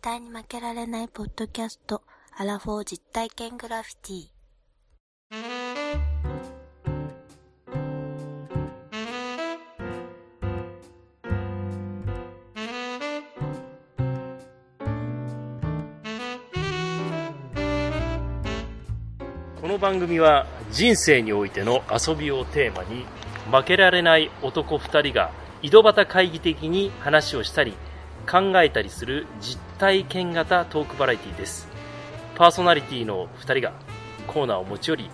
対に負けられないポッドキャスト、アラフォー実体験グラフィティ。この番組は人生においての遊びをテーマに負けられない男2人が井戸端会議的に話をしたり考えたりする実体験型トークバラエティですパーソナリティの2人がコーナーを持ち寄り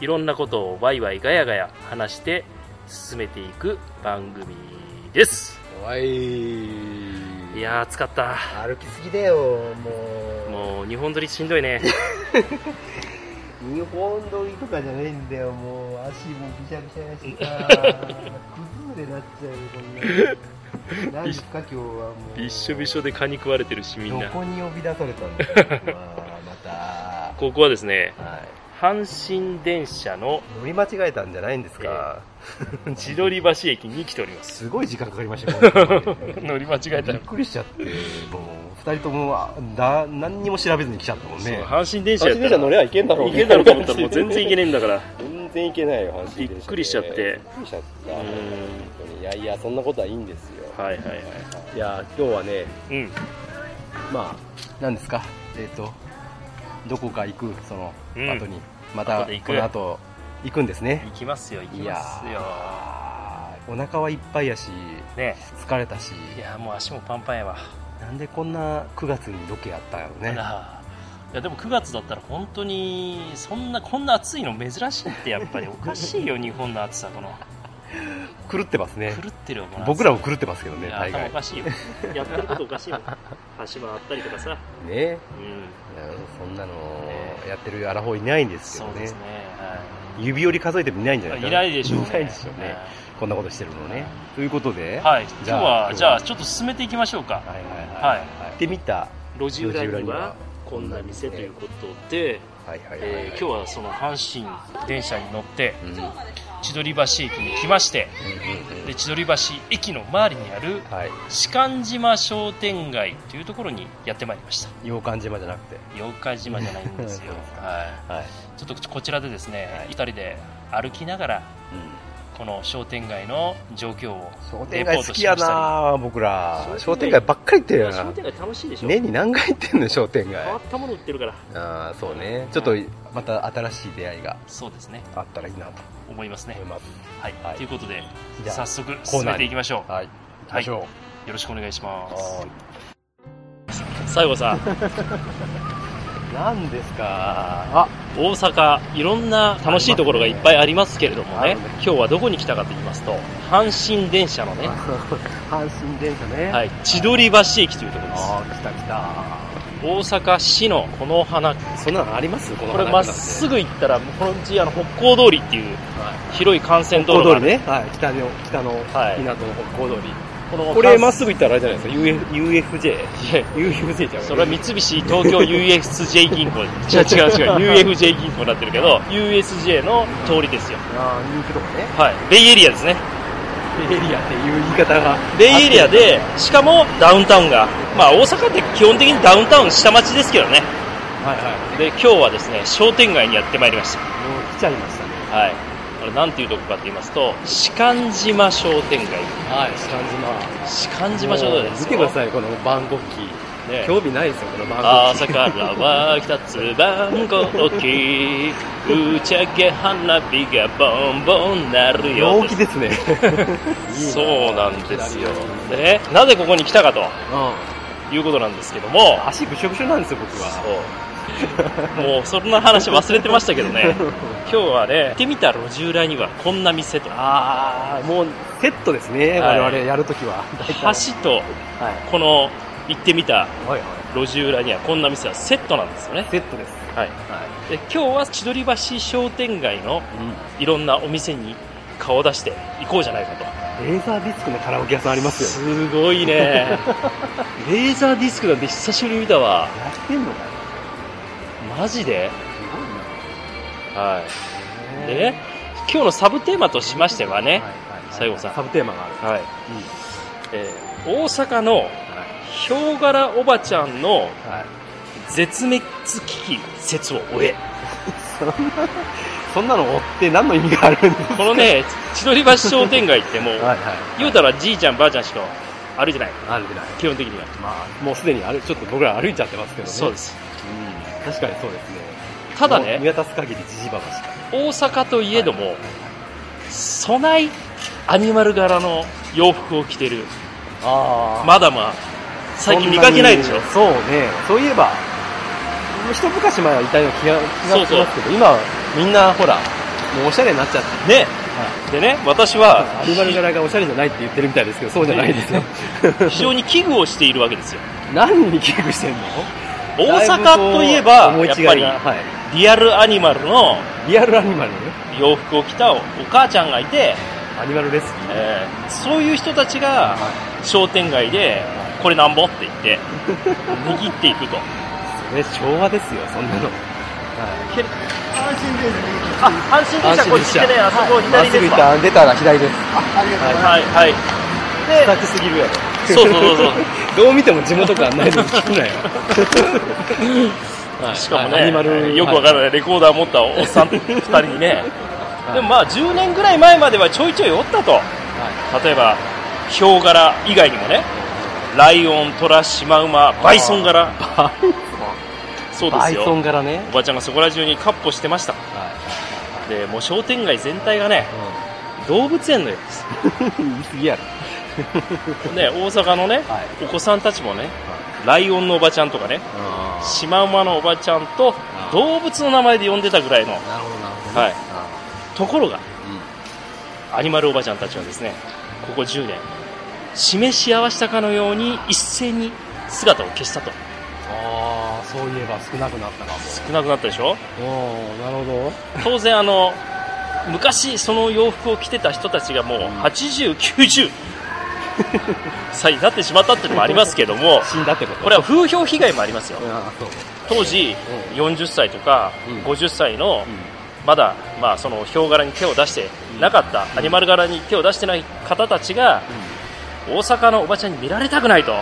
いろんなことをワイワイガヤガヤ話して進めていく番組です怖いいやー疲った歩きすぎだよももう2本撮りしんどいねう日本撮りとかじゃねえんだよもう足もびしゃびしゃや しさ崩れなっちゃうよこんなの何ですか今日はもうびっしょびしょで蚊に食われてるしみんどなこに呼び出されたんだよ、まあ、まここはですねた、はい、阪神電車の乗り間違えたんじゃないんですか、千鳥橋駅に来ておりますすごい時間かかりましたよこ れ乗 り間違えたびっくりしちゃってもう2人ともあだ何にも調べずに来ちゃったもんね阪神電車やったらりゃいけんだいけんだろうと思ったらもう全然いけねえんだから全然いけないよ、阪神電車でびっくりしちゃってびっくりしちゃった。う本ん当にいやいや、そんなことはいいんですよ。はいはいはいいや、今日はね、うんまあ、なんですか、えっ、と、どこか行く、その、うん後に、また、後で行くこの後、行くんですね。行きますよ行きいやますよーお腹はいっぱいやし、ね疲れたし、いやもう足もパンパンやわなんでこんな9月にロケやったんやろね。なあいやでも9月だったら本当にそんなこんな暑いの珍しいってやっぱりおかしいよ 日本の暑さこの狂ってますね。狂ってるよこの暑さ僕らも狂ってますけどね、いや大頭お概。ねかしいよやってることおかしいもん橋回ったりとかさえうんそんなの、やってるアラフォーいないんですけそどうでねすね、。は指折り数えてもいないんじゃないい、かいないでしょうねいないでしょうね。こんなことしてるのね。ということで、はいはい今じ日ゃあは今日はじゃあちょっと進めていきましょうかはいはいはいはい。行ってみた。路地裏路地裏ににははこんな店ということで、はいはいはい。えー今日はその阪神電車に乗ってうん、うんうん千鳥橋駅に来ましてうんで千鳥橋駅の周りにあるはい。士官島商店街というところにやってまいりました洋館島じゃなくて。八日島じゃないんですよ そうですかははいい。ちょっとこちらでですね、はい2人で歩きながらこの商店街の状況を商レ店ポー街トし好まきしやたな僕ら。商商店店街街ばっかり行ってりるいよやな商。店街楽しいでしょ、年に何回行ってんの商店変わ街っ。たもの売ってるからああ、そうね。ちょっと、また新しい出会いがそうですねあったらいいなと思いますね思います。はい、はいということでじゃ早あ、速ーナーに進めていきましょうはい。行きましょよろしくお願いしう。ますは最後さいなんですか。あ、大阪いろんな楽しいところがいっぱいありますけれどもあねるね今日はどこに来たかと言いますと阪神電車のね、阪神電車ね。はい、千鳥橋駅というところですああ、来た来た。大阪市のこの花そんなのありますこのこれまっすぐ行ったらもうこのうちあの北港通りっていう広い幹線道北路がある港通りね。はい。北の、北の、はい港の北港通り。このこれまっすすぐ行ったらあれじゃないですか。UFJ。UFJ じゃん。それは三菱東 京 USJ 銀行じゃ違う違う UFJ 銀行になってるけど USJ の通りですよああ、人気とかね。はいベイエリアですねベイエリアっていう言い方が。ベイエリアでしかもダウンタウンがまあ大阪って基本的にダウンタウン下町ですけどねはいはで今日はですね商店街にやってまいりましい。もう来ちゃいましたね。たはいこれなんていうとこかと言いますと士官島商店街はい。感士官じ島商店街です見てくだい、さい、この万国旗。ね興味ないですよ、この万朝国旗。から湧き立つ番号機打ち上げ花火がボンボン鳴るよう陽で気すです ね。そうなんですようん。でなぜここに来たかということなんですけども足ぐしょぐしょなんですよ、僕は。そうもうそんな話忘れてましたけどね今日はね行ってみた路地裏にはこんな店とああ、もうセットですね、はい我々やるときは。橋とはい。この行ってみたはいはい。路地裏にはこんな店はセットなんですよねセットです。はいはい。で今日は千鳥橋商店街のういろんなお店に顔を出して行こうじゃないかとん。レーザーディスクのカラオケ屋さんありますよ。すごいねレーザーディスクなんて久しぶりに見たわやってんのかなマジですはいごいな。でね今日のサブテーマとしましてはね、はいはいはい西郷さんサブテーマがある。はいうんえー大阪のはいヒョウ柄おばちゃんのはい絶滅危機説を終え。そんなの追って何の意味があるんですかこのね、千鳥橋商店街っても う、はいはい言うたらじいちゃんばあちゃんしか歩いてない。あるぐらい基本的には。まあもうすでにあるちょっと僕ら歩いちゃってますけどねそうです。うん確かにそうですねただもう見ね、渡す限りジジババしか大阪といえども、そないアニマル柄の洋服を着てるああマダムは最近見かけないでしょ。そうねそういえば一昔前はいたような気が気がしますけど今はみんなほらもうおしゃれになっちゃって、ね。でね、私は、アニマル柄がおしゃれじゃないって言ってるみたいですけどそうじゃないです よ非常に危惧をしているわけですよ。何に危惧してんの大阪といえば、やっぱり、はい、リアルアニマルのリアルアニマルね洋服を着たお母ちゃんがいて、アニマルレスキュー、えーそういう人たちがは商店街で、これなんぼって言っ て、握っていくと。いね、昭和ですよそんなの、はい安心ですね。あ、阪神電車こっち来てね、あそこまっ左すでぐす行っわ。た出たら左ですあ、ありがとうございます。はい、はい。下手すぎるやろそうそうそうそう。 どう見ても地元感ないのに聞くな よしかもはいアね、ニマルよくわからないレコーダー持ったおっさん二人に ね、いでもまあ10年ぐらい前まではちょいちょいおったと、例えばヒョウ柄以外にもねライオントラシマウマバイソン柄そうでバすイソよン柄ね、おばちゃんがそこら中にカッポしてましたでもう商店街全体がね動物園のようです言い過ぎやろ、ね大阪のねはいお子さんたちもねライオンのおばちゃんとかねシマウマのおばちゃんと動物の名前で呼んでたぐらいのなるほどなるほはいいところがアニマルおばちゃんたちはですね、ここ10年、示し合わせたかのように一斉に姿を消したと。ああそういえば少なくなったか少なくなったでしょもおおなるほ当然あの、昔その洋服を着てた人たちがもう80、90歳になってしまったっていうのもありますけどもど、死んだってことこれは風評被害もありますよ。 ああそう当時、40歳とかうん50歳のうんまだ、まあ、そのヒョウ柄に手を出してなかった、アニマル柄に手を出してない方たちが、大阪のおばちゃんに見られたくないと、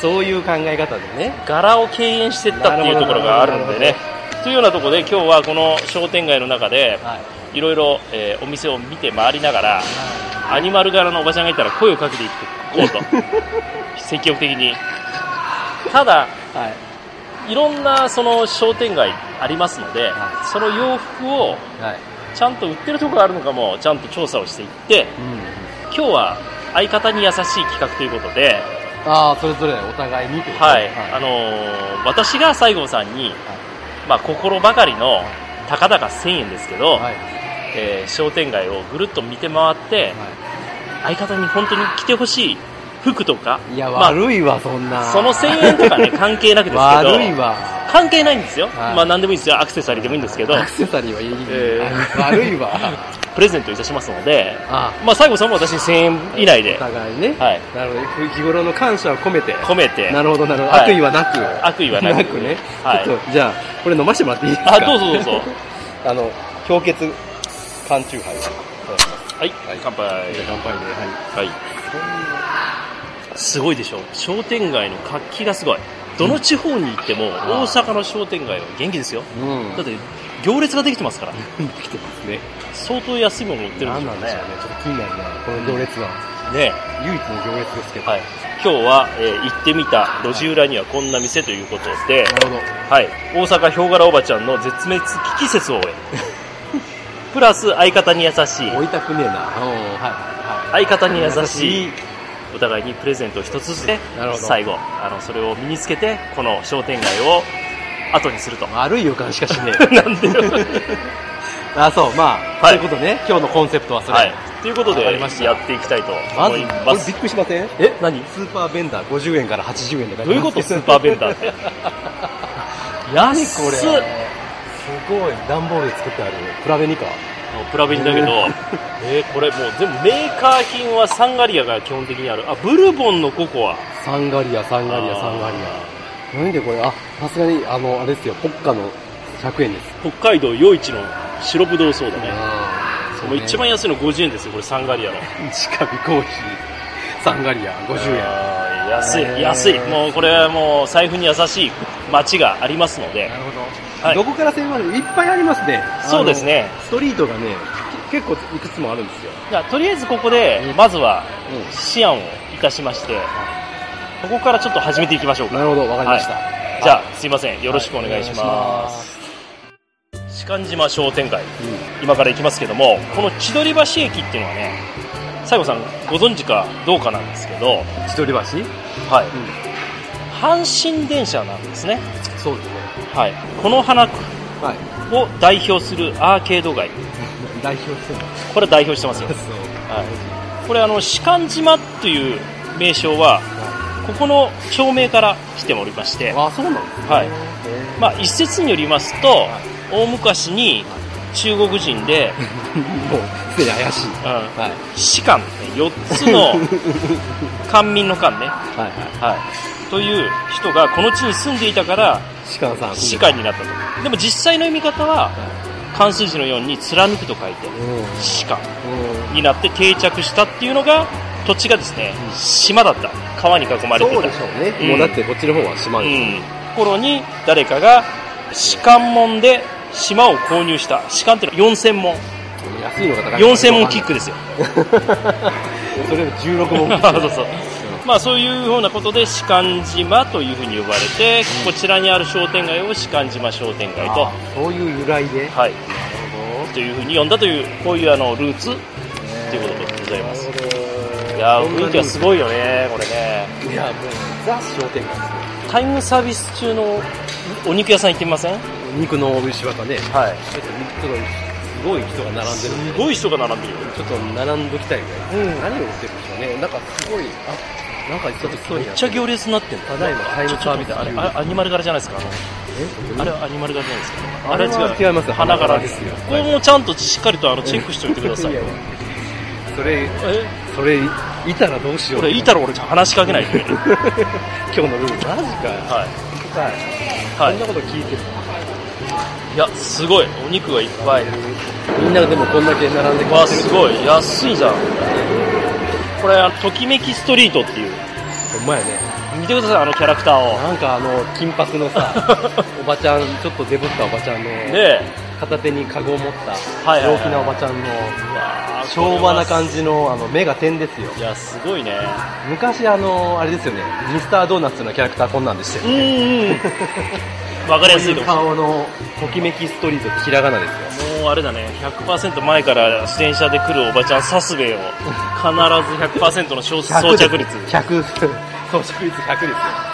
そういう考え方でね柄を敬遠してったっていうところがあるんでなるね。というようなところで、今日はこの商店街の中で、はいいろいろ、えーお店を見て回りながら、アニマル柄のおばちゃんがいたら声をかけていこうと、 積極的に。ただ、はいいろんなその商店街ありますので、はその洋服をはいちゃんと売ってるところがあるのかもちゃんと調査をしていってうん今日は相方に優しい企画ということで、ああそれぞれお互いにということはいあはのー私が西郷さんに、まあ、心ばかりのたかだか1000円ですけど、いはいえー商店街をぐるっと見て回って相方に本当に着てほしい服とかいや、まあ、悪いわ、そんな。その1000円とかね 関係なくですけど悪いわ。関係ないんですよ、はいまあ何でもいいですよアクセサリーでもいいんですけどアクセサリーはいい。えー悪 いわ。プレゼントいたしますので、あまあ、西郷さんも私に1000円以内でお、互いね。はい、なるほど。日頃の感謝を込めて。込めてなるほど、なるほど。はい悪意はなく。悪意はなくね。はいちょっと、じゃあ、これ飲ましてもらっていいですかあどうぞどうぞあの、氷結缶中杯。はい、乾杯じゃあ乾杯で。ははいすごいでしょ商店街の活気がすごいどの地方に行っても大阪の商店街は元気ですよい。うん。だって行列ができてますからてきてますね。相当安いもの売ってるん何でなんでししょょうね。ちょっと気になるな。この行列は。うねね唯一の行列ですけど。はい今日は、えー行ってみた路地裏にはこんな店ということで、なるほど。はい、大阪ヒョウ柄おばちゃんの絶滅危機説を終 えプラス相方に優しい置いたくねえな。おーはいはいはい。相方に優しいお互いにプレゼントを一つずつでなるほど最後あのそれを身につけてこの商店街を後にす ると悪い予感しかしねえ。 なんでよあ、そう、まあ、はいということね、今日のコンセプトはそれ。はいということでわかりましたやっていきたいとま思ずい、こまれすびっくりしませんえ何スーパーベンダー50円から80円で書どういうこと スーパーベンダーって安い安っこれ。すごい、段ボールで作ってある。比べにか。プラベンだけど えーこれもう全部メーカー品はサンガリアが基本的にあるあブルボンのココアサンガリア、サンガリア、サンガリア。なんでこれ、あ、さすがに、あの、あれですよ、ポッカの100円です。北海道余市の白ぶどうソーダねああ、もう一番安いの50円ですよこれサンガリアの近火コーヒー。サンガリア、50円。あー安いへー安いもうこれはもう財布に優しい街がありますのでなるほど、はいどこから線までいっぱいありますねそうですねあのストリートがねけ結構いくつもあるんですよ、じゃあとりあえずここでうんまずはう思案をいたしましてここからちょっと始めていきましょうかなるほどわかりました、じゃあすいませんよろしくお願いしはまいお願いします士官島商店街今から行きますけどもこの千鳥橋駅っていうのはね西郷さんご存知かどうかなんですけど、千鳥橋、うん、はい、阪神電車なんですね、そうですねはい、この花区はい を代表するアーケード街代表してまこれ代表して ますよ、すそうはい、これあの士官島という名称はここの町名から来ておりまして、あそうなんですねはいへまあ、一説によりますと大昔に中国人で、ーもうすでに怪しいうん、はい士官って4つの官民の官ね、はいははい、という人がこの地に住んでいたからい士官さん士官になったとでも実際の読み方はは漢数字の4に貫くと書いていうんうん士官になって定着したっていうのが土地がですねうん島だった川に囲まれてたそうでしょうね、うんもうだってこっちの方は島です、うん頃に誰かが士官門で島を購入した士官っていうのは4000門安いのが高い4000門キックですよそれより16問キックそうそうまあそういうようなことで士官島というふうに呼ばれてこちらにある商店街を士官島商店街とあそういう由来で、はいなるほというふうに呼んだというこういうあのルーツどねということでございますなるほどいやー雰囲気はすいごいよねこれねいやもうザ商店街ですねタイムサービス中のお肉屋さん行ってみません肉の美味しいわかはねいちょっと肉のすごい人が並んでるんすでごい人が並んでるよちょっと並んどきたいぐらい、うん何を売ってるんでしょうねなんかすごいあなんかちょっとそうめにっなちゃ行列になってんだただいまタイムサービスあ中れあアニマル柄じゃないですかあのあえれはアニマル柄じゃないですかあれは違います花柄花柄でですすよよここもちゃんとしっかりとあのチェックしておいてくださいややそれえそれいたらどうしようこれいいたら俺話しか けないではい今日のルールマジかよはいはこんないこと聞いてるいやすごいお肉がいっぱいみんなでもこんだけ並んでくれてるわあすごい安いじゃんこれあのときめきストリートっていうほんまやね見てくださいあのキャラクターをなんかあの金髪の さおばちゃんちょっとデブったおばちゃんの、ね片手にカゴを持ったはいはいはい陽気なおばちゃんのえわあ昭和な感じのあの目が点ですよいやすごいね昔あのあれですよねミスタードーナツのキャラクターこんなんでしたうんよねうん分かりやすいこういうかも顔のときめきストリートってひらがなですよしれないもうあれだね100%前から自転車で来るおばちゃんサスベを必ず100%の装装着 率100装着率100ですよ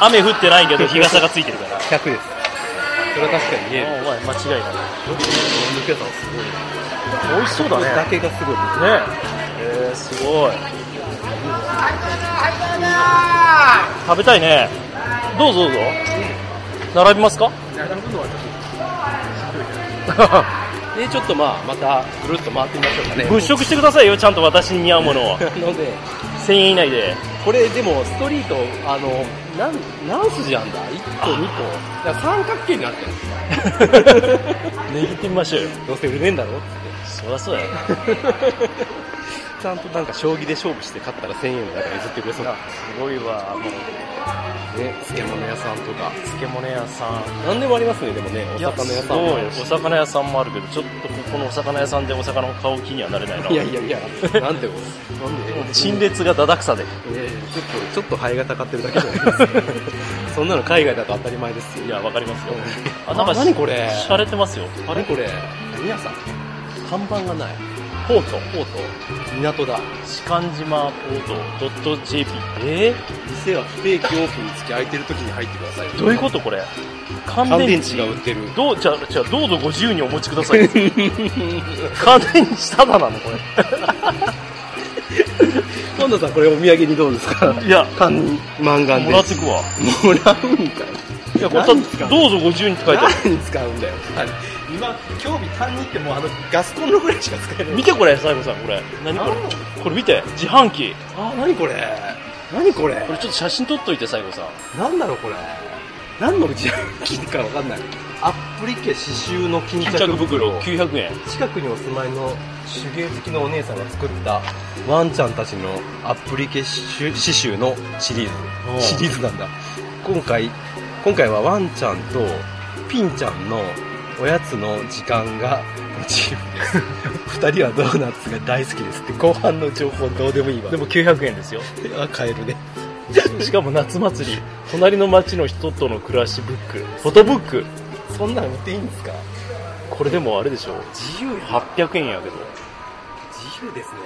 雨降ってないけど日傘がついてるから100ですそれは確かに見えるもうお前間違いない抜けたのすごい美味しそうだだねけがすごいねええー、すごい食べたいねどうぞどうぞ並びますかでちょっとまあまたぐるっと回ってみましょうかね物色してくださいよちゃんと私に似合うものをなので1000円以内 でこれでもストリートあのなん何筋あんだ1個2個だから三角形になってるんですよ 握ってみましょうよどうせ売れねえんだろっそりゃそうだよつってちゃんとなんか将棋で勝負して勝ったら1000円をだから譲ってくれそうだすごいわもうね漬物屋さんとか漬物屋さん何でもありますねでもねお魚屋さんもあるしお魚屋さんもあるけどちょっとここのお魚屋さんでお魚の顔気にはなれないないやいやいやなんでこれなんで陳列がだだくさでいやいやちょっとちょっとハエがたかってるだけじゃない ですかそんなの海外だと当たり前ですよいやわかりますよあ何これしゃれてますよあれこれ何屋さん看板がないポートポート港だ士官島ポートドット .jp え店は不定期オープンにつき空いてる時に入ってくださいー、どういうことこれ乾乾電電池池が売ってるどうじゃあじゃあどうぞご自由にお持ちくださ い乾電池ただなのこれ今度さんこれお土産にどうですかいや缶マンガンもでらってくわもらうんかいいやこれたどうぞご自由にって書いてある何に使うんだよ今興味単にってもうあのガスコンロぐらいしか使えな見てこれ最後さんこれ何これこれ見て自販機あ何これ何これこれちょっと写真撮っといて最後さん何だろうこれ何のうち機かわかんないアップリケ刺繍の巾巾着着袋袋を900円近くにお住まいの手芸好きのお姉さんが作ったワンちゃんたちのアップリケ刺繍のシリおーうズシリーズなんだ今回今回はワンちゃんとピンちゃんのおやつの時間がモチー フです2人はドーナツが大好きですって後半の情報どうでもいいわでも900円ですよあ買えるねしかも夏祭り隣の町の人との暮らしブックフォトブックそんなの売っていいんですかこれでもあれでしょ自由や800円やけど自由ですね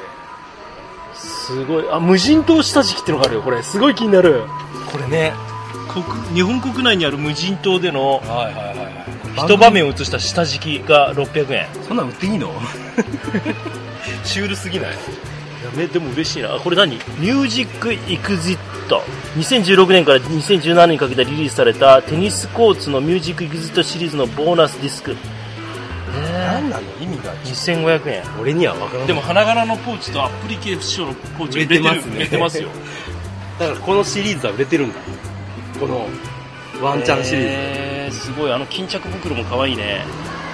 すごいあ無人島下敷きってのがあるよこれすごい気になるこれね国日本国内にある無人島でのはいはいはい一場面を映した下敷きが600円やそんなん売っていいのシュールすぎないめでも嬉しいなあこれ何ミュージックエクジット2016年から2017年にかけてリリースされたテニスコーツのミュージックエクジットシリーズのボーナスディスク何なの意味が2500円俺には分からないでも花柄のポーチとアップリケーションのポーチ売れてますね売れてますよだからこのシリーズは売れてるんだこのワンチャンシリーズ、えーすごいあの巾着袋も可愛いね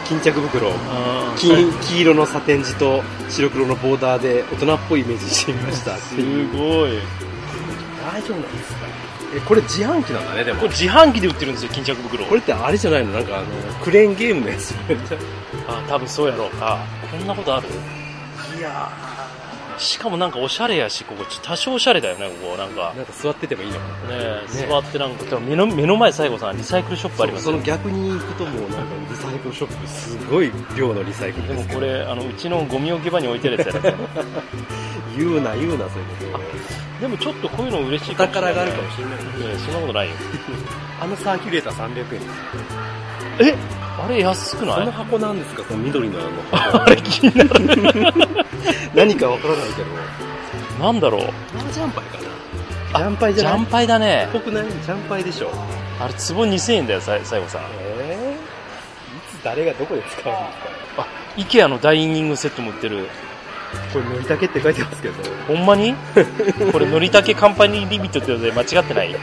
巾着袋うん金黄色のサテン地と白黒のボーダーで大人っぽいイメージしてみましたってすいうごい大丈夫なんですかえこれ自販機なんだねでもこれ自販機で売ってるんですよ巾着袋これってあれじゃないのなんかあのクレーンゲームのやつあ多分そうやろうかこんなことあるいやしかもなんかおしゃれやしここちょ多少おしゃれだよねここなんかなんか座っててもいいのかなねえ座ってなんかでも目の目の前最後さんリサイクルショップありますそよの逆に行くともうなんかリサイクルショップすごい量のリサイクルででもすけこどれあのうちのゴミ置き場に置いてるやつやね 言うな言うなそういうことでもちょっとこういうの嬉しいおかもしれな宝いがあるかもしれないねいやそんなことないよあのサーキュレーター300円えあれ安くそなのい箱なんですかその緑 のあのあれ気になる何かわからないけどなんだろうマージャンパイかなジャンパイジじゃャなンいパイだねぽくないジャンパイでしょあれ壺2000円だよさい最後さんえー、いつ誰がどこで使うんですか IKEA のダイニングセットも売ってる これ乗りたけって書いてますけどほんまにこれのりたけカンパニーリミットってことで間違ってない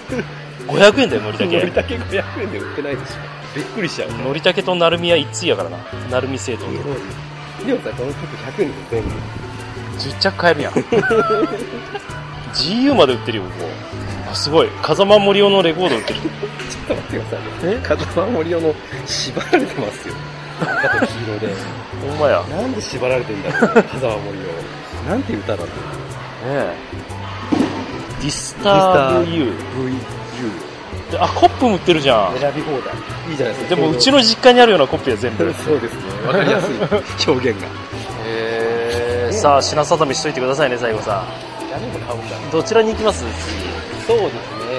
500円だよのりた乗りけたけ500円で売ってないでしょびっくりしちゃうのりたけとなるみは一対やからななるみ製とりょうさんこの曲100円で全部10着買えるやん GU まで売ってるよここあすごい風間森生のレコード売ってるちょっと待ってくださいね。風間森生の縛られてま すよ。赤と黄色で。ほんまやねなんで縛られてんだろう、風間森生。なんて歌なんだろえディスターブ U う。VU。であコップも売ってるじゃん選び放題。いいじゃないですでか。もうちの。の実家にあるようなコップや全部そうですね。わかりやすい表現が。へえさあ品定めしといてくださいね最後さ誰も買うんだろどう。ちらに行きますそうですね。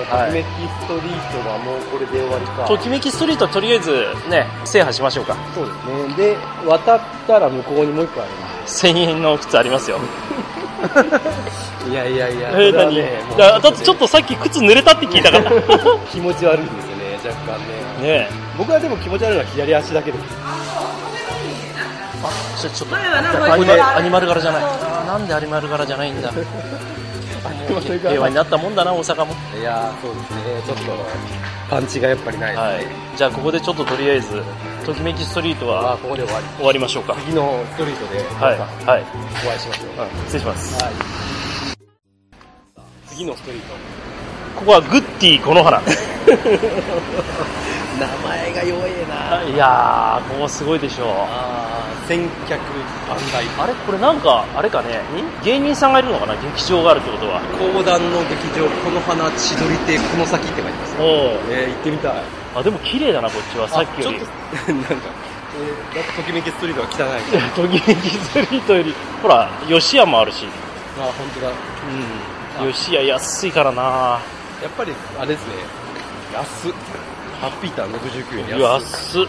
はいときめきストリートはもうこれで終わりか。ときめきストリートとりあえずね制覇しましょうかそうですね。で、渡ったら向こうにもう一個あるんで1000円の靴あり ますよいやいやいやえー何いやだってちょっとさっき靴濡れたって聞いたから ね 気持ち悪いんですよね、若干ね。え僕はでも気持ち悪いのは左足だけです。ちょちょっとアニマルアニマル柄じゃないなんでアニマル柄じゃないんだ 平和になったもんだな大阪も、いやーそうですね、ちょっとパンチがやっぱりないはですね。い、じゃあここでちょっととりあえずときめきストリートまあはここで終わり。終わりましょうか次のストリートで、はいまはいたお会いしましうょう。ん失礼しますはい。次のストリート。ここはグッディこの花名前が弱えな。 いやーここすごいでしょうあー、千客万来。あれこれなんかあれかね芸人さんがいるのかな劇場があるってことは講談の劇場、この花、千鳥亭、この先って書いてます。おえー、行ってみたい。おあでも綺麗だなこっちはさっきよりあちょっと、 なんか、えー、なんかときめきストリートは汚い。 ときめきストリートよりほら吉屋もあるしあー、本当だ。うん吉屋安いからなやっぱり、あれですね、安っ。ハッピーター69円安っ。安っ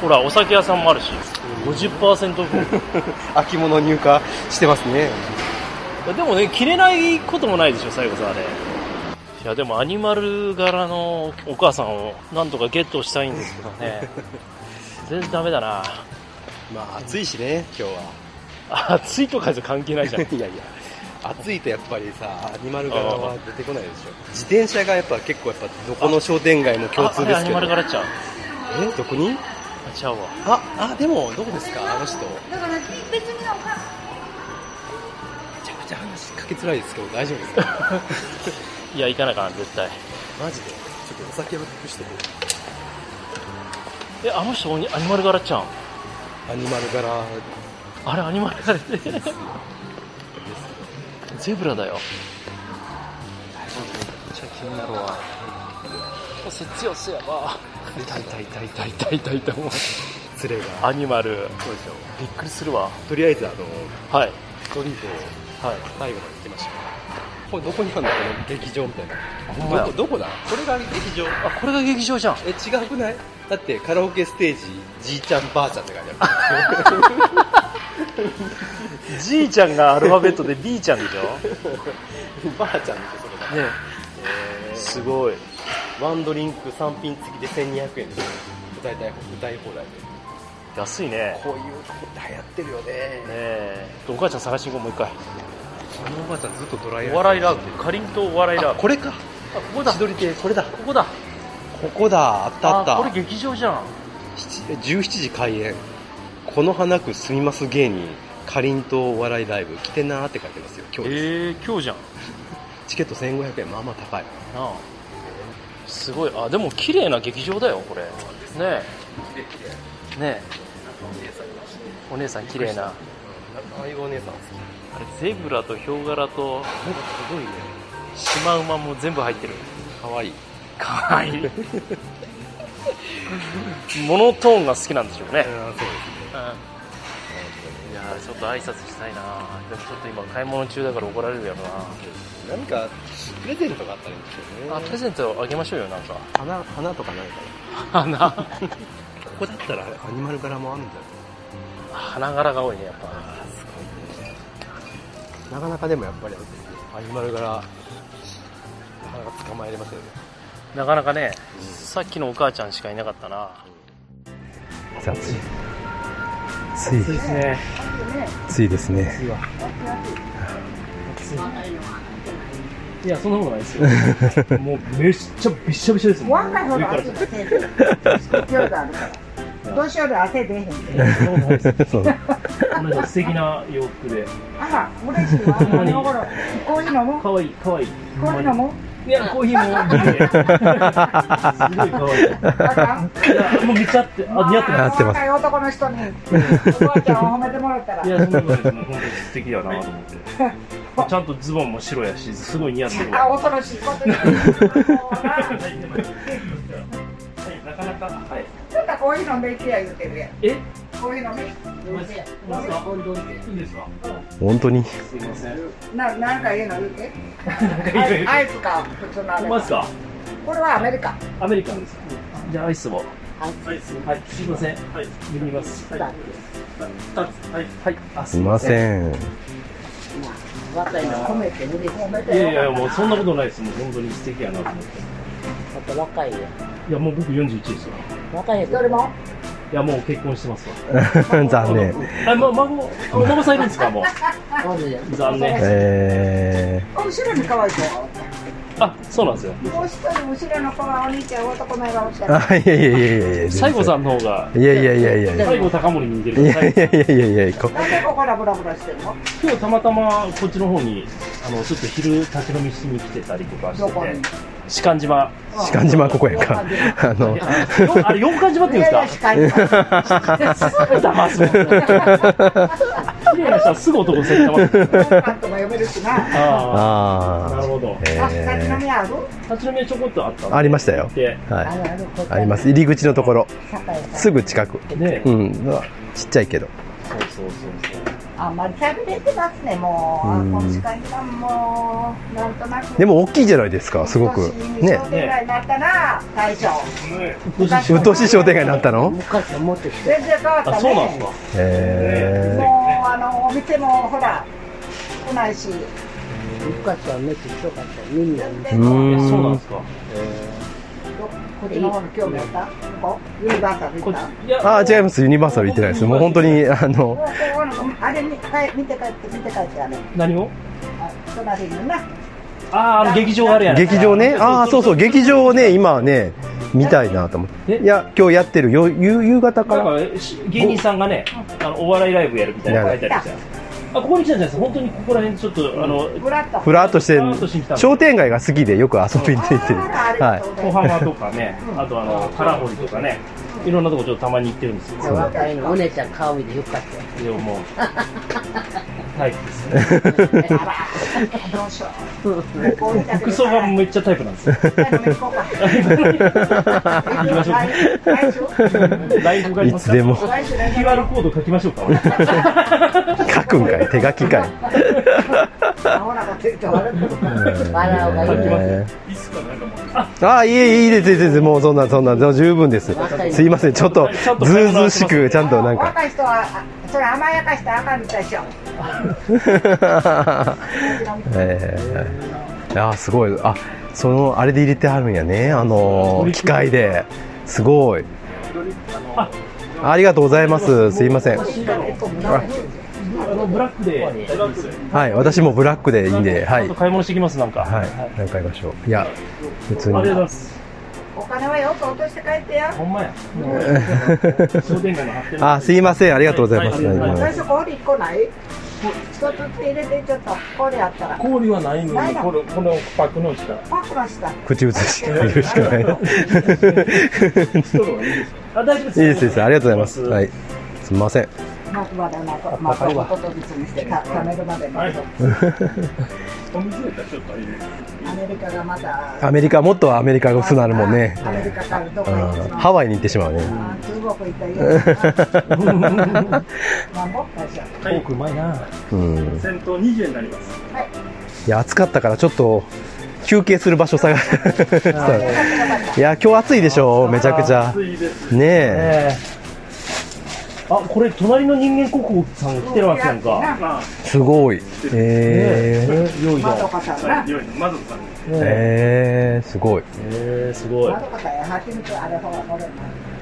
ほらお酒屋さんもあるし50%オ フ秋物入荷してますね。でもね着れないこともないでしょ最後さあれいやでもアニマル柄のお母さんをなんとかゲットしたいんですけど ね全然ダメだなまあ暑いしね、今日は。暑いとかじゃ関係ないじゃんいやいや、暑いとやっぱりさ、アニマル柄は出て こないでしょ。自転車がやっぱ結構やっぱ、どこの商店街も共通ああれですアニけどマル、柄ちゃうえどこにあちゃうわあ、あ、でも、どこですかあの人。だから別になんかめちゃくちゃ話しかけづらいですけど、大丈夫ですかいや行かなあかん絶対マジで。ちょっとお酒を隠してこう。えあの人おにアニマル柄ちゃうんアニマル柄あれアニマル柄でゼブラだよめっちゃ気になるわ。節約やばいたいたいたいた痛い痛い痛い痛いもう失礼が。アニマルびっくりするわとりあえず、あの、はいストリートをはい最後まで行きましょう。これどこにあるのこの劇場みたいほんまやな。どこ、どこだこれが劇場。あこれが劇場じゃんえ、違くないだってカラオケステージ、じいちゃんばあちゃんって書いてある。じいちゃんがアルファベットで B ちゃんでしょ ばあちゃんでしょ、それが。ねえーすごいワンドリンク3品付きで1200円ですよ歌いたい歌い放題で安いねこういうこと流行ってるよねねえお母ちゃん探しに行こうもう一回あのおばあちゃんずっとドライお笑いラーメンかりんとお笑いラーメンこれかあここだ千鳥亭これだここだここだあったあったこれ劇場じゃん7 17時開演この花区住みます芸人かりんとお笑いライブ来てなーって書いてますよ今日です、ええ今日じゃんチケット1500円まあまあ高いなあすごいあでも綺麗な劇場だよこれねえねえお姉さん綺麗なああいうお姉さん好きあれゼブラとヒョウ柄となんかすごいねシマウマも全部入ってるかわいいかわいい モノトーンが好きなんでしょうね、そうですいやーちょっと挨拶したいなでもちょっと今買い物中だから怒られるやろ何かプレゼントがあったらいいんですよねなあプレゼントあげましょうよなん か花花とかないかな 花ここだったらアニマル柄もあるんじゃな花柄が多いねやっぱいすごいねなかなかでもやっぱりアニマル柄なかなか捕まえれませんねなかなかね、さっきのお母ちゃんしかいなかったな暑い暑でいすね暑いですねいやそんなことない ですよもうめっちゃびっしゃびしゃですもんワン回ほど汗が出る。夜があるから。どうしようで汗出へんで。そんなことないですよそうこの人素敵な洋服であら、嬉しいわ。あの頃、こういうのも、可愛い可愛いこういうのも、いやコーヒーもビールですごい可愛いあかん。いやもうめちゃってあ似合ってままあ合ってます若い男の人に、おばあちゃんを褒めてもらったらすい、やそんなことないですもう本当に素敵だなと思ってちゃんとズボンも白やしすごい似合ってる あ、わ恐ろしいこと言うもうななかなかはいちょっとコーヒー飲んでいきや言うてるやん。えコーヒー飲め。飲んでやいいですか本当にすいませんな、なんかいいの言うて。いいのアイスか、普通のあれますかこれはアメリカ。アメリカンですかじゃあアイスをアイはいすいませんはい飲みますはい二つはいはいあすいまんせん若いの褒めて、褒めいやいやもうそんなことないですもう本当に素敵やなと思ってもっと若いよ。いやもう僕41ですよ若いよ。どれもいやもう結婚してますわ 残念あ、ま、孫あお孫さんいるんですかもおるよ。う残念え後ろに可愛い子がおった。あそうなんですよもう一人後ろの子はお兄ちゃん男の子がおっしー、ゃる。あいやいやいやいやいや西郷さんの方がいやいやいやいやいや西郷隆盛に似てるい西郷やいやいやいやいやいやこなんでここらブラブラしてるの今日たまたまこっちの方にあのちょっと昼立ち飲みしに来てたりとかしどてこにて。士官島士官島ここやんかあの いやあれ四官島って言うんでしすかかいない。すぐ騙すもん綺麗な人はすぐ男のせい騙す もんパンとも呼べるしな。ああなるあほどー えあ、立ち飲ーみある立ち飲みはちょこっとあったありまましたよではいあるある。ここあります入り口のところ栄えたすぐ近くねうんちっちゃいけどそうそうそう あんまり食べれてますね、もう。あうんこの時間にはもう、なんとなく。でも大きいじゃないですかすごくね商店街になったな、大将。そう昔うっとうしい商店街になったの昔はもっと低い。全然変わったね。あそうなんですかへもえう、あの、お店もほら、少ないし。昔はめっちゃ低かったよ。みんな。全う然いーやんそうなんですかどこっちの方に興味あったここユニバーサル行こったいやああ違いますユニバーサル行ってないですもう本当にあもうのここのあれ見か見て帰って見て帰ってあれ何をあ隣になあああの劇場があるやん劇場ねああそうそう劇場をね今はね見たいなと思っえて。いや、今日やってるよ、夕夕方か。だかららし芸人さんがね、あのお笑いライブやるみたいなの書いてあるじゃないですか。あここに来たんじゃないですか。本当にここら辺ちょっとあのふらっと。ふらっとしてふらっとしてきた、商店街が好きでよく遊びに行ってる。あーはありがとうござ小います浜とかね、あとあのカラホリとかね、いろんなとこちょっとたまに行ってるんですよ。そう若いのお姉ちゃん顔見てよかったよ。でももうタイプですね。い。あらどうしよう。こう見たけ服ど装がめっちゃタイプなん ですよ。行こうか。行きましょうか来週ライブがありいますつかでも。来週来週 QR コード書きましょうか。書くんかい、手書きかい。アホなこと言うと笑うと思う笑うがいいね。えーあ、いえ、いいです、いいです、もうそんな、そんな、十分です。すいません、ちょっと、ずうずうしく、ちゃんとなんか。 若い人はあそれ甘やかしたらあかんみたいですよ。えー、あー、すごい、あ、その、あれで入れてあるんやね、あのー、機械で。すごい。ありがとうございます、すいません。あのブラックで。はい、私もブラックでいいんで、はちいょっと。買い物してきますなんか。はいありがと、何回ましょう。いや、普通うに ご。ざいます。お金はよく落として帰ってよ。ほんまや。商店街の発展。あ、すいません、ありがとうございます。はいはい最初氷一個ない？一つずつ入れてちょっと氷あったら。氷はないのなにいのこのこのパックのしか。パクらした。口移しているしかない。いあ大丈夫でいです、いいです。ありがとうございます。はい。すみません。まくまだまくまくことずつにしてた貯めるまでの。アメリカがまた。アメリカ、もっとアメリカが薄なるもんね。アメリカからどうこへ行んくの？ハワイに行ってしまう ね。あー中国行ったり。まもったじゃん。フォークうまいな。うん。先頭20になります。いや、暑かったから、ちょっと、休憩する場所探してたいや、今日暑いでしょ、めちゃくちゃ。ねえ。ええ。あこれ隣の人間国宝さんが来てるわけやんか。すごい。え用意まどだ。かさんな。ー。えー、すごい。ええすごいま。どかさんや蜂蜜あれほら乗れ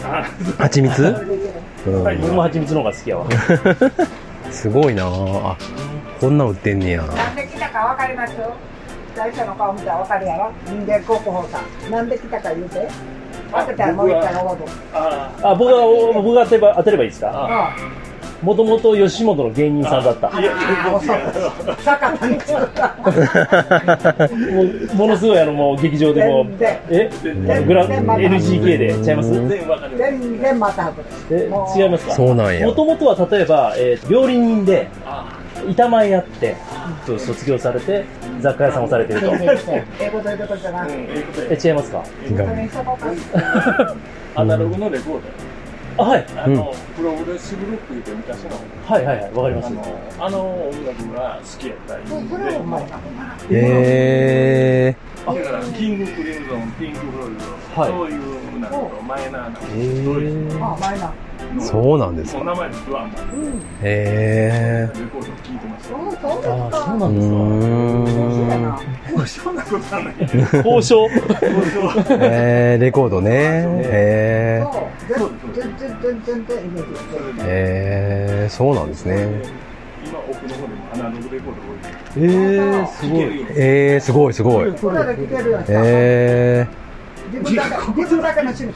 ない。蜂蜜うん僕も蜂蜜の方が好きやわ。すごいなあこんなん売ってんねやなんで来たかわかります最初の顔見たらわかるやろ人間国宝さん。なんで来たか言うて。分けたらもう一回おごる。あ僕がお僕が当てれば当てればいいですか。あもともと吉本の芸人さんだった。あ、遅い。坂田にちゃった。もうものすごいあのもう劇場でもう全然えグラ NGK でちゃいます全然また外れ。え違いますかそうなんやもともとは例えば、えー料理人で板前やってと卒業されて雑貨屋さんをされてると英語ということじゃなくて、え違いますか違それうにそこか。 アナログのレコーダー。あはいあの、プログレスグループって昔の、はいはいはいわかりまあすの、あの音楽が好きやったり。それはお前か。えだから、キングクリムゾン、ピンクフロイド、はいそういうなんとマイナーな。ー、えあ、前な。ー、そうなんですお名前ですわ、もうえレコード聞いてましそ う、た。そうですあそうか。ー、なうんですそうやーんなそんなことはない。か交 渉えー、レコードねえー、そう全然、全然、全然イメージしてる。えー、そうなんですね今、奥の方でもアナログレコード多いから。えー、すごい。えー、すごいすごいこれだけ聞けるようにした。え自分だけ、自分だけの趣味。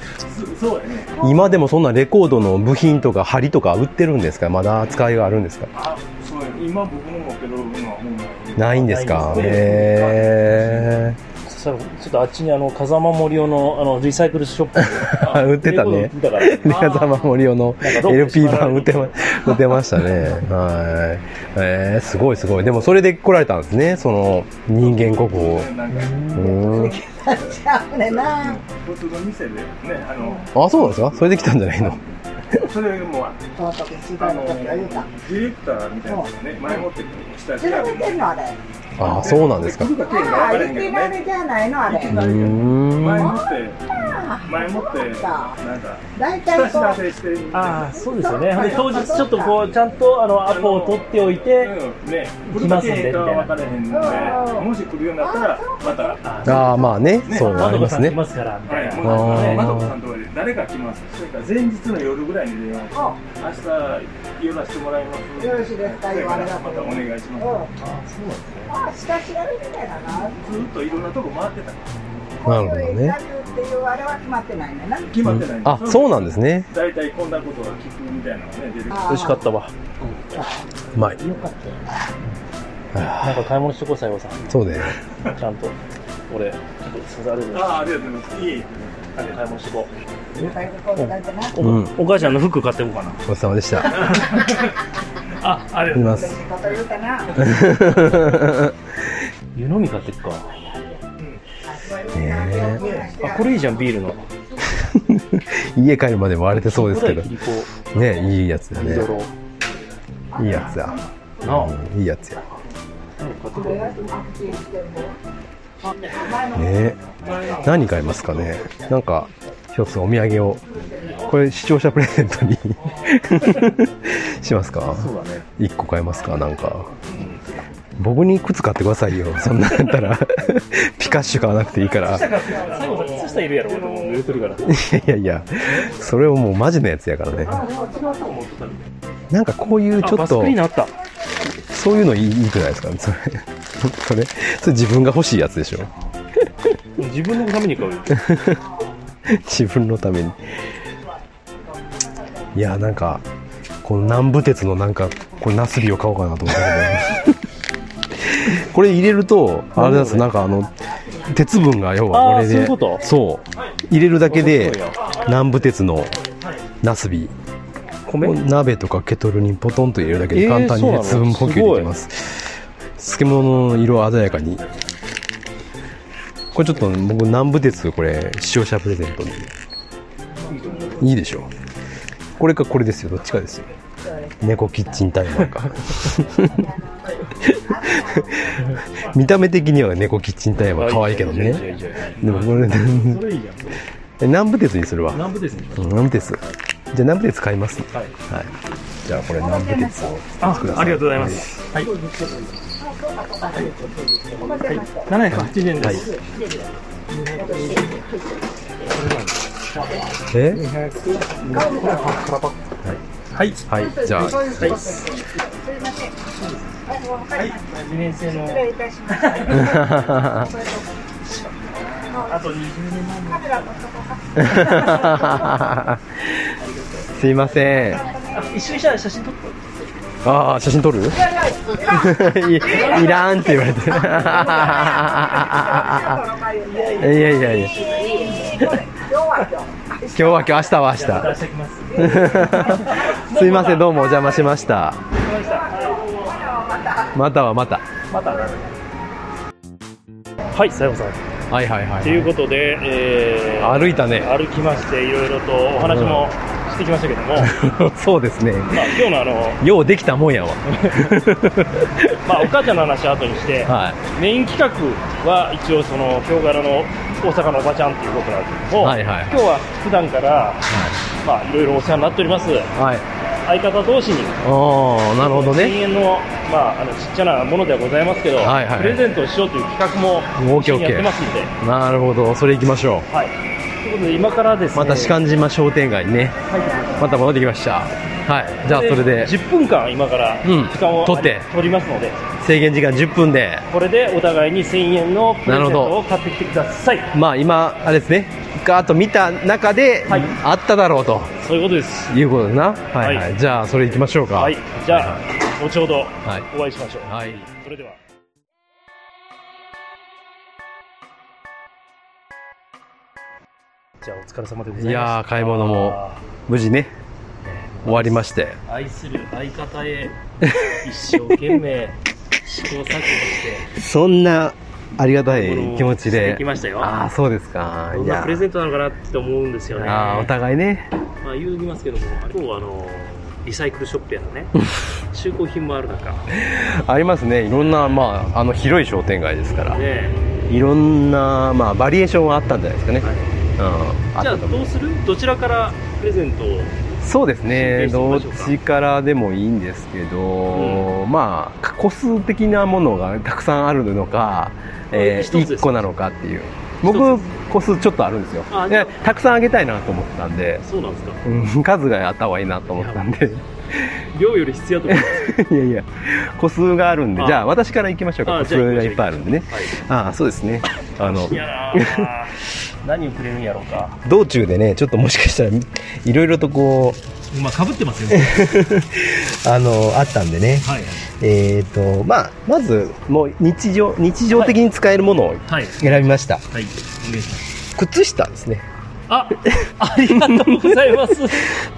そうやね。ー、今でもそんなレコードの部品とか針とか売ってるんですかまだ使いがあるんですかあ、そうやね。今僕の持ってるのは本来。ないんですかないですねえそしたらちょっとあっちにあの風間森夫のあのリサイクルショップ ー、売ってたレコード売ねってたから宮沢森夫のなんかどっか LP 版売ってま売ってましたね。はい。えー、すごいすごい。でもそれで来られたんですね、その人間国宝を。なんか、うーんちゃうねんな。普通の店でね、あの、あ、そうなんですかそれで来たんじゃないのそれもあその時、知ら あなのかった言うた。ディレクターみたいなのがね、前もってした調べてんのあれ。あ、そうなん ですか。う僕が手がああ、分からへ生んきけどられね。じゃないのあれ。ーん。前もって、前もって、なんか、大体下こう。調べしてるみたいあなあ。そうですよねで当日ちょっとこうちゃんとあのアポを取っておいてうんね、行来きるまだすんでけが分からへんのうで、んもし来るようになったら、また、はあーまあね、そうあ窓り子まさんす来ね。ますからみたいい、な、もう、あーまどこさんとかで、誰が来ますそれから前日の夜ぐらいに電話してうん明日寄らせてもらいますよろしいですかだ言わかれならくまてたお願いしうんまああ、下調べみたいだな。すずっといろんなとこ回ってたなるほどね。こっていうあれは決まってないんだな。決まってないあ、そうなんですね。大体こんなことが聞くみたいなのがね出てくるあー美味しかったわ。うまい。よかったよ。なんか買い物してこい、西郷さん。そうね。ちゃんと。俺、ちょっと刺される。ああありがとうございますいえいえなんで買い物してこ外国語だってな。う。うんお母ちゃんの服買ってこうかな。ごちそうさまでした。 あ、ありがとうござい私のこと言うかな。ます。湯飲み買ってくか。ねあ、これいいじゃん、ビールの。え家帰るまで割れてそうですけこれ切り子、ど。ねえいいやつだリね。ドロ。いいやつだ。なあ。うんいいやつや。買ってこう。ねえ何買いますかねなんか一つお土産をこれ視聴者プレゼントに しますかそうだね。一個買いますかなんか僕に靴買ってくださいよそんなんだっ たらピカッシュ買わなくていいからい最後さ、靴下いるやろ、俺もう濡れてるから。やいやいやそれをもうマジのやつやからねなんかこういうちょバっスとクリーンあった。そういうのいいいいくないですかそれ それそれ自分が欲しいやつでしょ 自分のために買うよ。自分のためにいやなんかこの南部鉄のなんかこれナスビを買おうかなと思ったけど これ入れるとあれだとなんかあの鉄分が要はこれであーそういうことそう入れるだけで面白い南部鉄のナスビ米こう鍋とかケトルにポトンと入れるだけでえー簡単にねそ水うな分の補給できます、漬物の色鮮やかにこれちょっと僕南部鉄これ視聴者プレゼントにいいでしょこれかこれですよどっちかですよ猫キッチンタイマ ーか見た目的には猫キッチンタイマー可愛いけどじゃあいいねじゃんいいじゃんでもこれそれいいじゃん。南部鉄にするわ南部ですね。うん南部鉄じゃあ南部鉄買いますはいはい、じゃあこれ南部鉄をあ、くださいありがとうございます。はい。はい、780円です。えはい。はい、じゃあ、 2年生の失礼いたしました。あと20年カメラのとこ かすいません。一緒にしたら写真撮っああ、写真撮るらない。 いいらんって言われ て。いいやいや。やいやいや、今日は今今日日。は今日、明日はてきます。明日。すい ません、どうもお邪魔しました。またはまた。はい、さよさん。はいはいはということで、えー、歩いたね。歩きまして、いろいろとお話もしてきましたけども、そうですね。まあ今日のあの、ようできたもんやわ。まあお母ちゃんの話は後にして、はメイン企画は一応その、京柄の大阪のおばちゃんっていうことなんですけども、はいはい今日は普段から、まあいろいろお世話になっております、い。はい。相方同士に、おー、なるほど1000ね。円の、まあ、あのちっちゃなものではございますけど、はいはいプレゼントをしようという企画もオーケーオーケーやってますんで、なるほど、それ行きましょはい、ということで今からですう。ね、また士官島商店街にね、また戻ってきました。はい。じゃあ、それで。 10分間今からうん時間を、取って取りますので、制限時間10分で、これでお互いに1000円のプレゼンなるほトどを買ってきてください。まあ今、あれですね、ガーッと見た中で、はいあっただろうとそういうことです。いうことですな、はいははい、じゃあ、それいきましょうか。はい、じゃあ、後ほどいお会いしましょう。はいそれでは。じゃあお疲れ様でございまいす。やー、買い物も無事ね、終わりまして、愛する相方へ一生懸命試行錯誤してそんなありがたい気持ちしてでき、ましたよああ、そうですか、どんいなやプレゼントなのかなって思うんですよねあーお互いね、まあ言うぎますけども今日はあのリサイクルショップやのね中古品もある中ねありますね、いろんな、まあ、あの広い商店街ですから、えいろんな、まあ、バリエーションはあったんじゃないですかね。うん、あっじゃたあと思うどうするどちらからプレゼントをそうですね、進呈どっしてみましょうかちからでもいいんですけど、まあ、個数的なものがたくさんあるのか、え一つです1個なのかっていう、僕一、個数ちょっとあるんですよあ、じゃあでたくさんあげたいなと思ったんで、そうなんですかうん数があった方がいいなと思ったんで、量より必要だと思います いやいや、個数があるんで、あじゃあ、私から行きましょうか、あ個じゃあ数がいっぱいあるんでね。はいああそうですねあの いやー何をくれるんやろうか。道中でねちょっともしかしたらいろいろとこまあ、かぶってますよね。うあのあったんでねはい。えっ、とまあまずもう日常日常的に使えるものをはい。選びました、はい。お願いします。靴下ですねあ、ありがとうございます。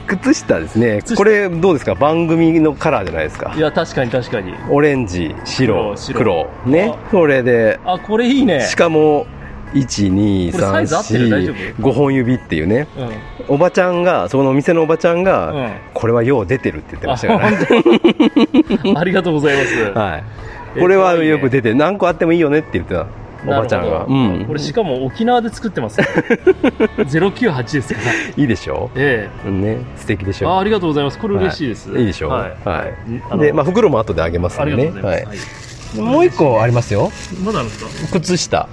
靴下ですね靴下これどうですか番組のカラーじゃないですかいや、確かに確かに。オレンジ白白黒ねこれであ、これいいね。しかもこれサイズ合ってる大丈夫12345本指っていうねうん。うん。おばちゃんがそこのお店のおばちゃんが、これはよう出てるって言ってましたから、ね、ありがとうございます。 はい、これはよく出て何個あってもいいよねって言ってたおばちゃんが、なるほどうん、これしかも沖縄で作って ます。098ですから。いいでしょえね素敵でしえ。あ、ょありがとうございます。これ嬉しいです。いいでしょはい。はいあので、まあ、袋も後であげますあんりでがとねうございはます。い、もう一個ありますよはい。まだあるんですか靴下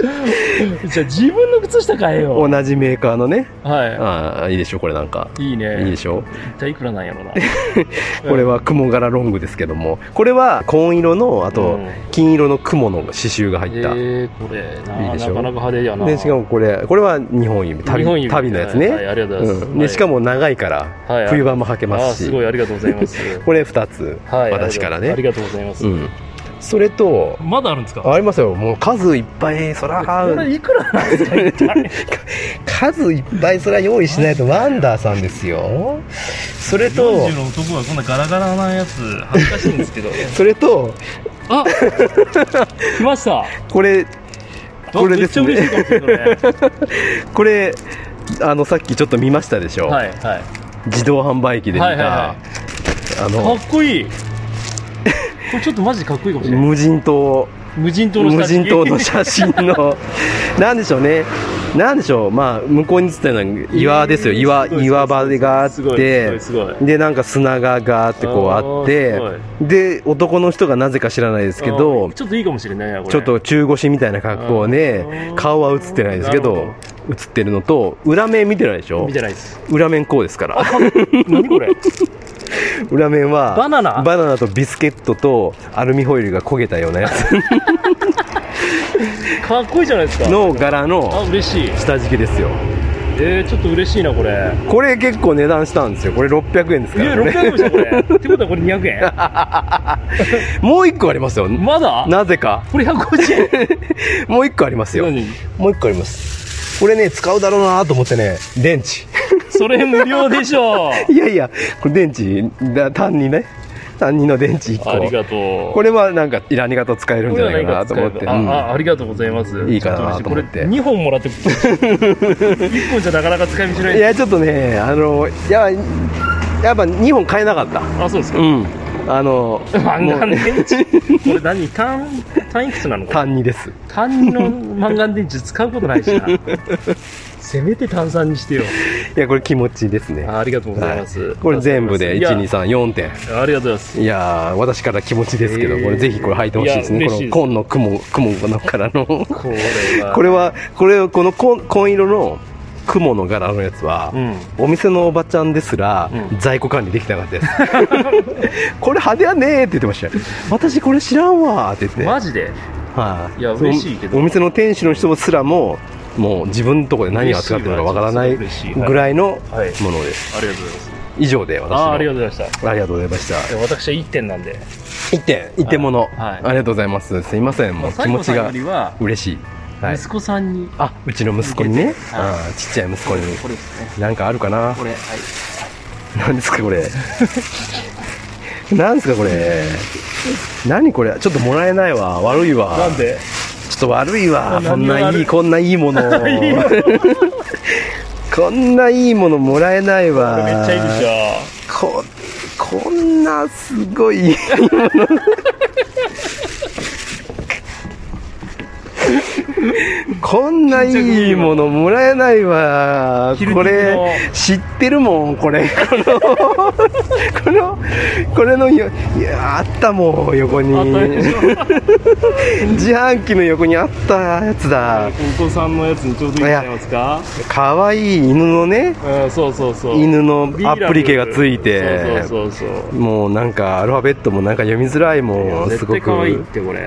じゃあ自分の靴下買えよ。同じメーカーのねはあーいいでしょこれなんかい。いいね。いいでしょ一体いくらなんやろうな。これは雲柄ロングですけどもこれは紺色のあうとんえ金色の雲の刺繍が入った、えこれな、いいでしょなかなか派手やな。でしかもこれこれは日本指旅日本指旅のやつはいはいね、ありがとうございます。うん、でしかも、も長いからはい冬場も履けあまーすすしごい、ありがとうございます。 これ2つはい。私からねありがとうございますう。んそれとまだあるんですかありますよもう数いっぱいそらこれいくらなんですか一体数いっぱいそら用意しないとワンダーさんですよそれと40の男がこんなガラガラなやつ、恥ずかしいんですけど。それとあ来ました。これこれですめっちゃ嬉ねしいかもしれないここれあのさっきちょっと見ましたでしょ、れ。はい、はい。自動販売機で見た、はいはいはかあのっこいい。これちょっとマジかっこいいかもしれない。無人島無人島の無下敷き人島の写 真のなんでしょうねなんでしょうまあ向こうに映ってるのは岩ですよ、岩すごい岩場があっすごいすごいてすごいでなんか砂がガーってこうあっあてーで男の人がなぜか知らないです けあどーちょっといいかもしれないなこれちょっと中腰みたいな格好あねー顔は映ってないですけなどる映ってるのと裏面見てないでしょ見てないです裏面こうですから何これ裏面はバナナバナナとビスケットとアルミホイルが焦げたようなやつかっこいいじゃないですかの柄あの嬉しい下敷きですよえー、ちょっと嬉しいなこれこれ結構値段したんですよこれ600円ですいかやら600円ねもしたこれってことはこれ200円 もう1個ありますよまだなぜか これ150円もう1個ありますよ何もう1個ありますこれね使うだろうなと思ってね電 池それ無料でしょいやいやこれ電池だ単にね単にの電池1あり個がとうこれはなんか何かと使えるんじゃないかなと思ってこれは何か使えるああありがとうございますいいかなと思ってちょと嬉しいこれ2本もらって1本じゃなかなか使い道なうんいいやちょっとねあのいややっぱ2本買えなかったあそうですか、うんあのマンガンもう電池これ何単単いくつなのこれ単にです単二のマンガン電池使うことないしなせめて炭酸にしてよいやこれ気持ちいいですねあありがとうございます、はいこれ全部でいや1234点ありがとうございますいやー私から気持ちですけど、えーこれぜひこれ履いてほしいですいねやこ嬉しいでのす紺の雲雲のからのここれはれはこれこの紺紺色の雲の柄のやつは、うんお店のおばちゃんですら、うん在庫管理できてなかったです これ派手やねーって言ってましたよ私これ知らんわーって言って、マジではいやその嬉しいけどお店の店主の人すらももう自分のところで何を扱ってるのかわからない嬉しいわちょっと嬉しいはいぐらいのはいものですありがとうございます以上で私のああありがとうございましありがとうございましたたいや私は1点なんで一点一点もの、はいはいありがとうございますすいませんもう気持最後さちんよがりは嬉しい、はい、息子さんに、あうちの息子にね、はいあーちっちゃい息子にこれですねなんかあるかなこれはい何ですかこれ何ですかこれ何これちょっともらえないわ悪いわなんでちょっと悪いわこんな何いいが悪いこんないいもの こんないいものもらえないわこれめっちゃいいでしょここんなす ごいこんないいものもらえないわ昼こ肉のれ知ってるもんこれこの このこれのよいやあったもん横にあったでしょ自販機の横にあったやつだお子さんのやつにちょうどいいんじゃないですかかわいい犬のねうんそうそうそう犬のアプリケがついてそうそうそうそうもうなんかアルファベットもなんか読みづらいもんす絶ご対く可愛いってこれ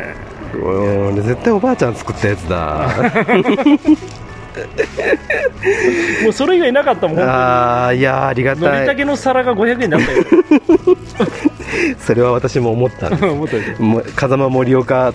うん絶対おばあちゃん作ったやつ だもうそれ以外なかったもん本あーいやーありが当にのたりたいけの皿が500円だったよそれは私も思ったん で思ったでしょもう風間森岡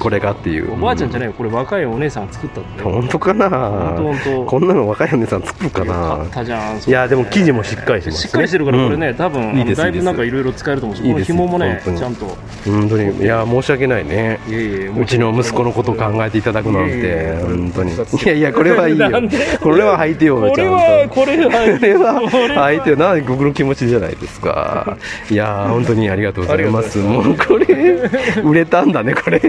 これかっていうおばあちゃんじゃないいよこれ若いお姉さんが作ったって本当かな本当こんなの若いお姉さん作るか買なったじゃんいやでも生地もしっかりしてますしねっかりしてるからこれね、多分いあいでのすだいぶなんかいいいですろいろ使えると思うしいいこのです紐もね本当にちゃんと本当にいや申し訳ないねいやいやいやもうちの息子のことを考えていただくなんいやいてやいや本当にいやいやこれはいいよなんでこれは履いてよこちれゃはんとこれはこ れは相手な僕の気持ちじゃないですか。いやー本当にありがとうございます。もうこれ売れたんだねこれ。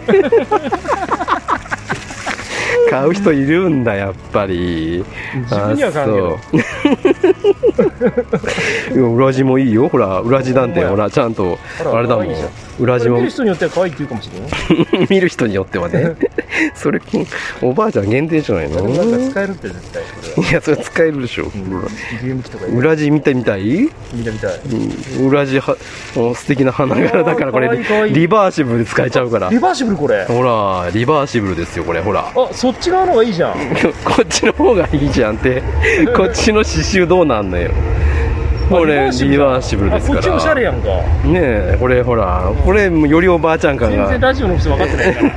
買う人いるんだやっぱり。自分には買わんけどそう。でも裏地もいいよほら裏地なんてほほんまらちゃんとあらあれだもん可愛いじゃん裏こ地れ見もる人によっては可愛いって言うかもしれない見る人によってはね。それおばあちゃん限定じゃないの？なんか使えるって絶対これいやそれ使えるでしょ。ゲーム機とか裏地見てみたい？見たみたいうん裏地はお素敵な花柄だからこかわれいいかわいいリバーシブルで使えちゃうからリバーシブルこれほらリバーシブルですよこれほらこあそっち側の方がいいじゃんっちの方がいいじゃんってこっちの刺繍どうなんのよこリバれーシブルリバーシブルあですかこっらちおしゃれやんかねえこれほらこれよりおばあちゃん感全然がラジオの人分かってないから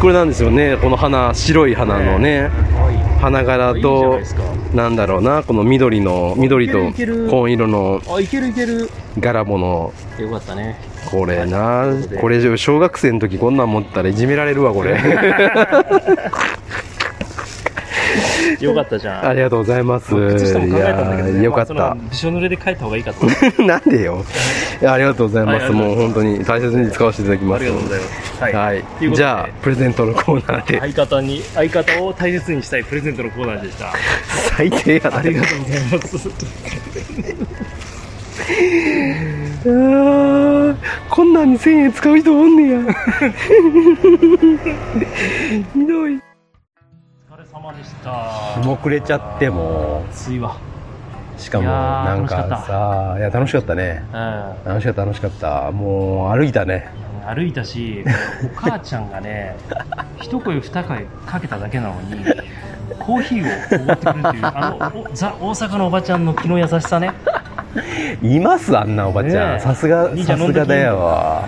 これなんですよねこの花白い花のね可愛い花柄いいじゃないとですかなんだろうなこの緑の緑といけるいける紺色のあいけるいける柄物よかったねこれなということでこれ以上小学生の時こんなん持ったらいじめられるわこれ よかったじゃんありがとうございますいや靴下も考えたんだけど、ね、ーよかっまあそたのびしょ濡れで帰った方がいいか と思って。なんでよいやありがとうございまはいあすりがともう本当に大切に使わせていただきますます。はといいうことでじゃあプレゼントのコーナーで、相方に、相方を大切にしたいプレゼントのコーナーで した。最低やなありがとうございます。あーこんなんに1000円使う人おんねやひどいお疲れ様でした。もうくれちゃっても暑いわ。しかもいやーなんか楽しかったさいや楽しかったねうん。楽しかった楽しかったもう歩いたね歩いたし、お母ちゃんがね、 一声二声かけただけなのに、コーヒーをおごってくれるっていう、あの、おザ・大阪のおばちゃんの気の優しさね。いますあんなおばちゃねえんさすが兄ちゃさん飲んすでくがだよ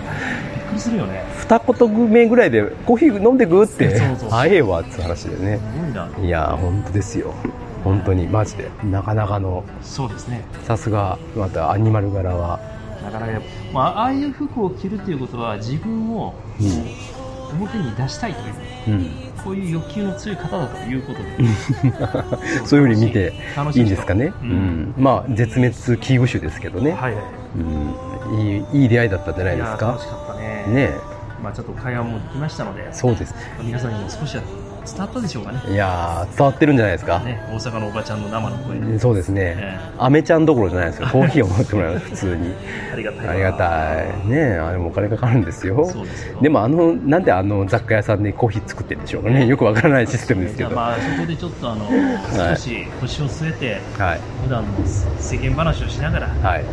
びっくりするよね。二言目ぐらいでコーヒー飲んでくってそうそう早えわって話だよねすごいないやー本当ですよ本当にマジでなかなかのそうですね。さすがまたアニマル柄はなかなかやっぱ、まあ、ああいう服を着るということは自分を表に出したいという、うん、こういう欲求の強い方だということで そういうふうに見て楽しいいんですかね、ううんんまあ絶滅危惧種ですけどね、はいはい。うん、いいいい出会いだったんじゃないですや楽しかかったね。ねまあちょっと会話もできましたのでえ、そうです皆さんにも少しは伝わったでしょうかね。いやー伝わってるんじゃないですか、ね大阪のおばちゃんの生の声で。そうですね、ええアメちゃんどころじゃないですよコーヒーを持ってもらう普通にありがたいわ。ありがたいねえあれもお金かかるんですよそうですよ。でもあのなんであの雑貨屋さんでコーヒー作ってるんでしょうかねよくわからないシステムですけじゃあど、まあそこでちょっとあの、い少し腰を据えて、はい普段の世間話をしながら、ねはい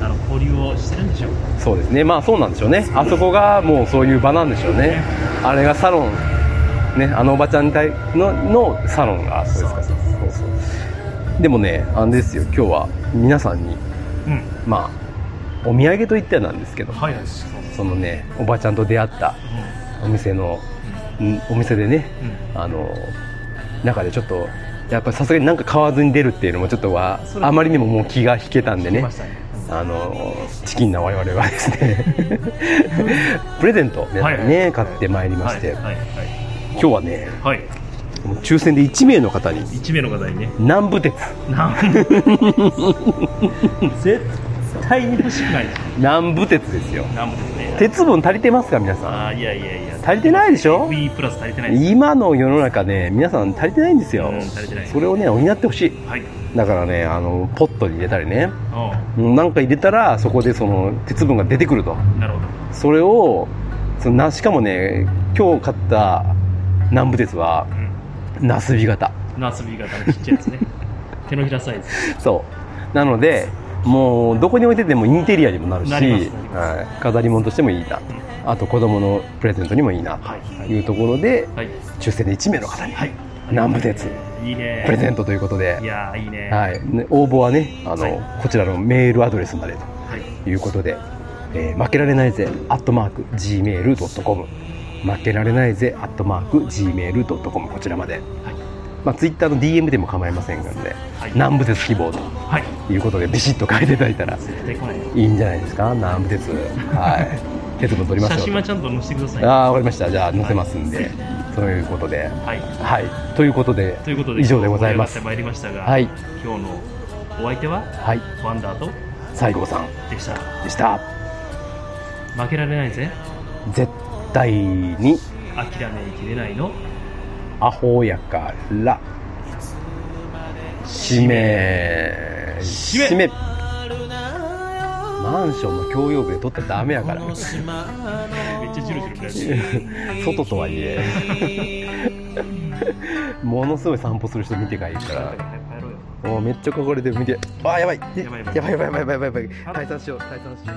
あの交流をしてるんでしょう。そうですねまあそうなんでしょうねあそこがもうそういう場なんでしょうねあれがサロンねあのおばちゃんたいののサロンがそうですかそうそうでもねあれですよ今日は皆さんにうん。まあお土産といってはなんですけどはいはい。そうそのねおばちゃんと出会ったお店の、んお店でねうん。うんあの中でちょっとやっぱりさすがになんか買わずに出るっていうのもちょっとはそれあまりにももう気が引けたんで来ねましたね。あのチキンな我々はです ねプレゼントを皆さんにね、はい買ってまいりまして、はいはい今日はねはい。はい。もう抽選で1名の方に一名の方にね。南部鉄なん 絶対に欲しくない。南部鉄ですよなんもですね。鉄分足りてますか皆さんああいやいやいや。足りてないでしょ V プラス足りてないです。今の世の中ね皆さん足りてないんですようん足りてないそれをね補ってほしいはい。だからねあのポットに入れたりねおなんか入れたらそこでその鉄分が出てくるとうなるほど。それをそのなしかもね今日買った南部鉄はうん。なすび型 ナスビ型のちっちゃいですね。手のひらサイズ。そうなのでもうどこに置いててもインテリアにもなるし、なりますなりますはい、飾り物としてもいいなあと子供のプレゼントにもいいなはいというところではい抽選で1名の方にはい南部鉄いいねプレゼントということでい、やーいいねはい、ね応募はねあの、はいこちらのメールアドレスまではいということで、えー負けられないぜアットマーク Gmail.com 負けられないぜアットマーク Gmail.com こちらまで、まあ、ツイッターの DM でも構いませんのではい南部鉄希望とはいいうことでビシッと書いていただいたら絶対来ないいいんじゃないですか南部鉄 はい鉄も取りま写す真よはちゃんと載せてくださいああわかりましたじゃあ載せますんで、ということではいはいということでということで以上でございます盛り上がってまいりましたが、はい今日のお相手ははいワンダーと西郷さんでしたでした負けられないぜ絶対に諦めきれないのアホやから締め締めマンションの共用部で取ったらダメやか らめっちゃジュルジュルしてる外とはい えものすごい散歩する人見てがいいから帰ろうよもうめっちゃこれで見てあやばやいばいやばいやばいやばいやばいやばい解散しよう解散しよう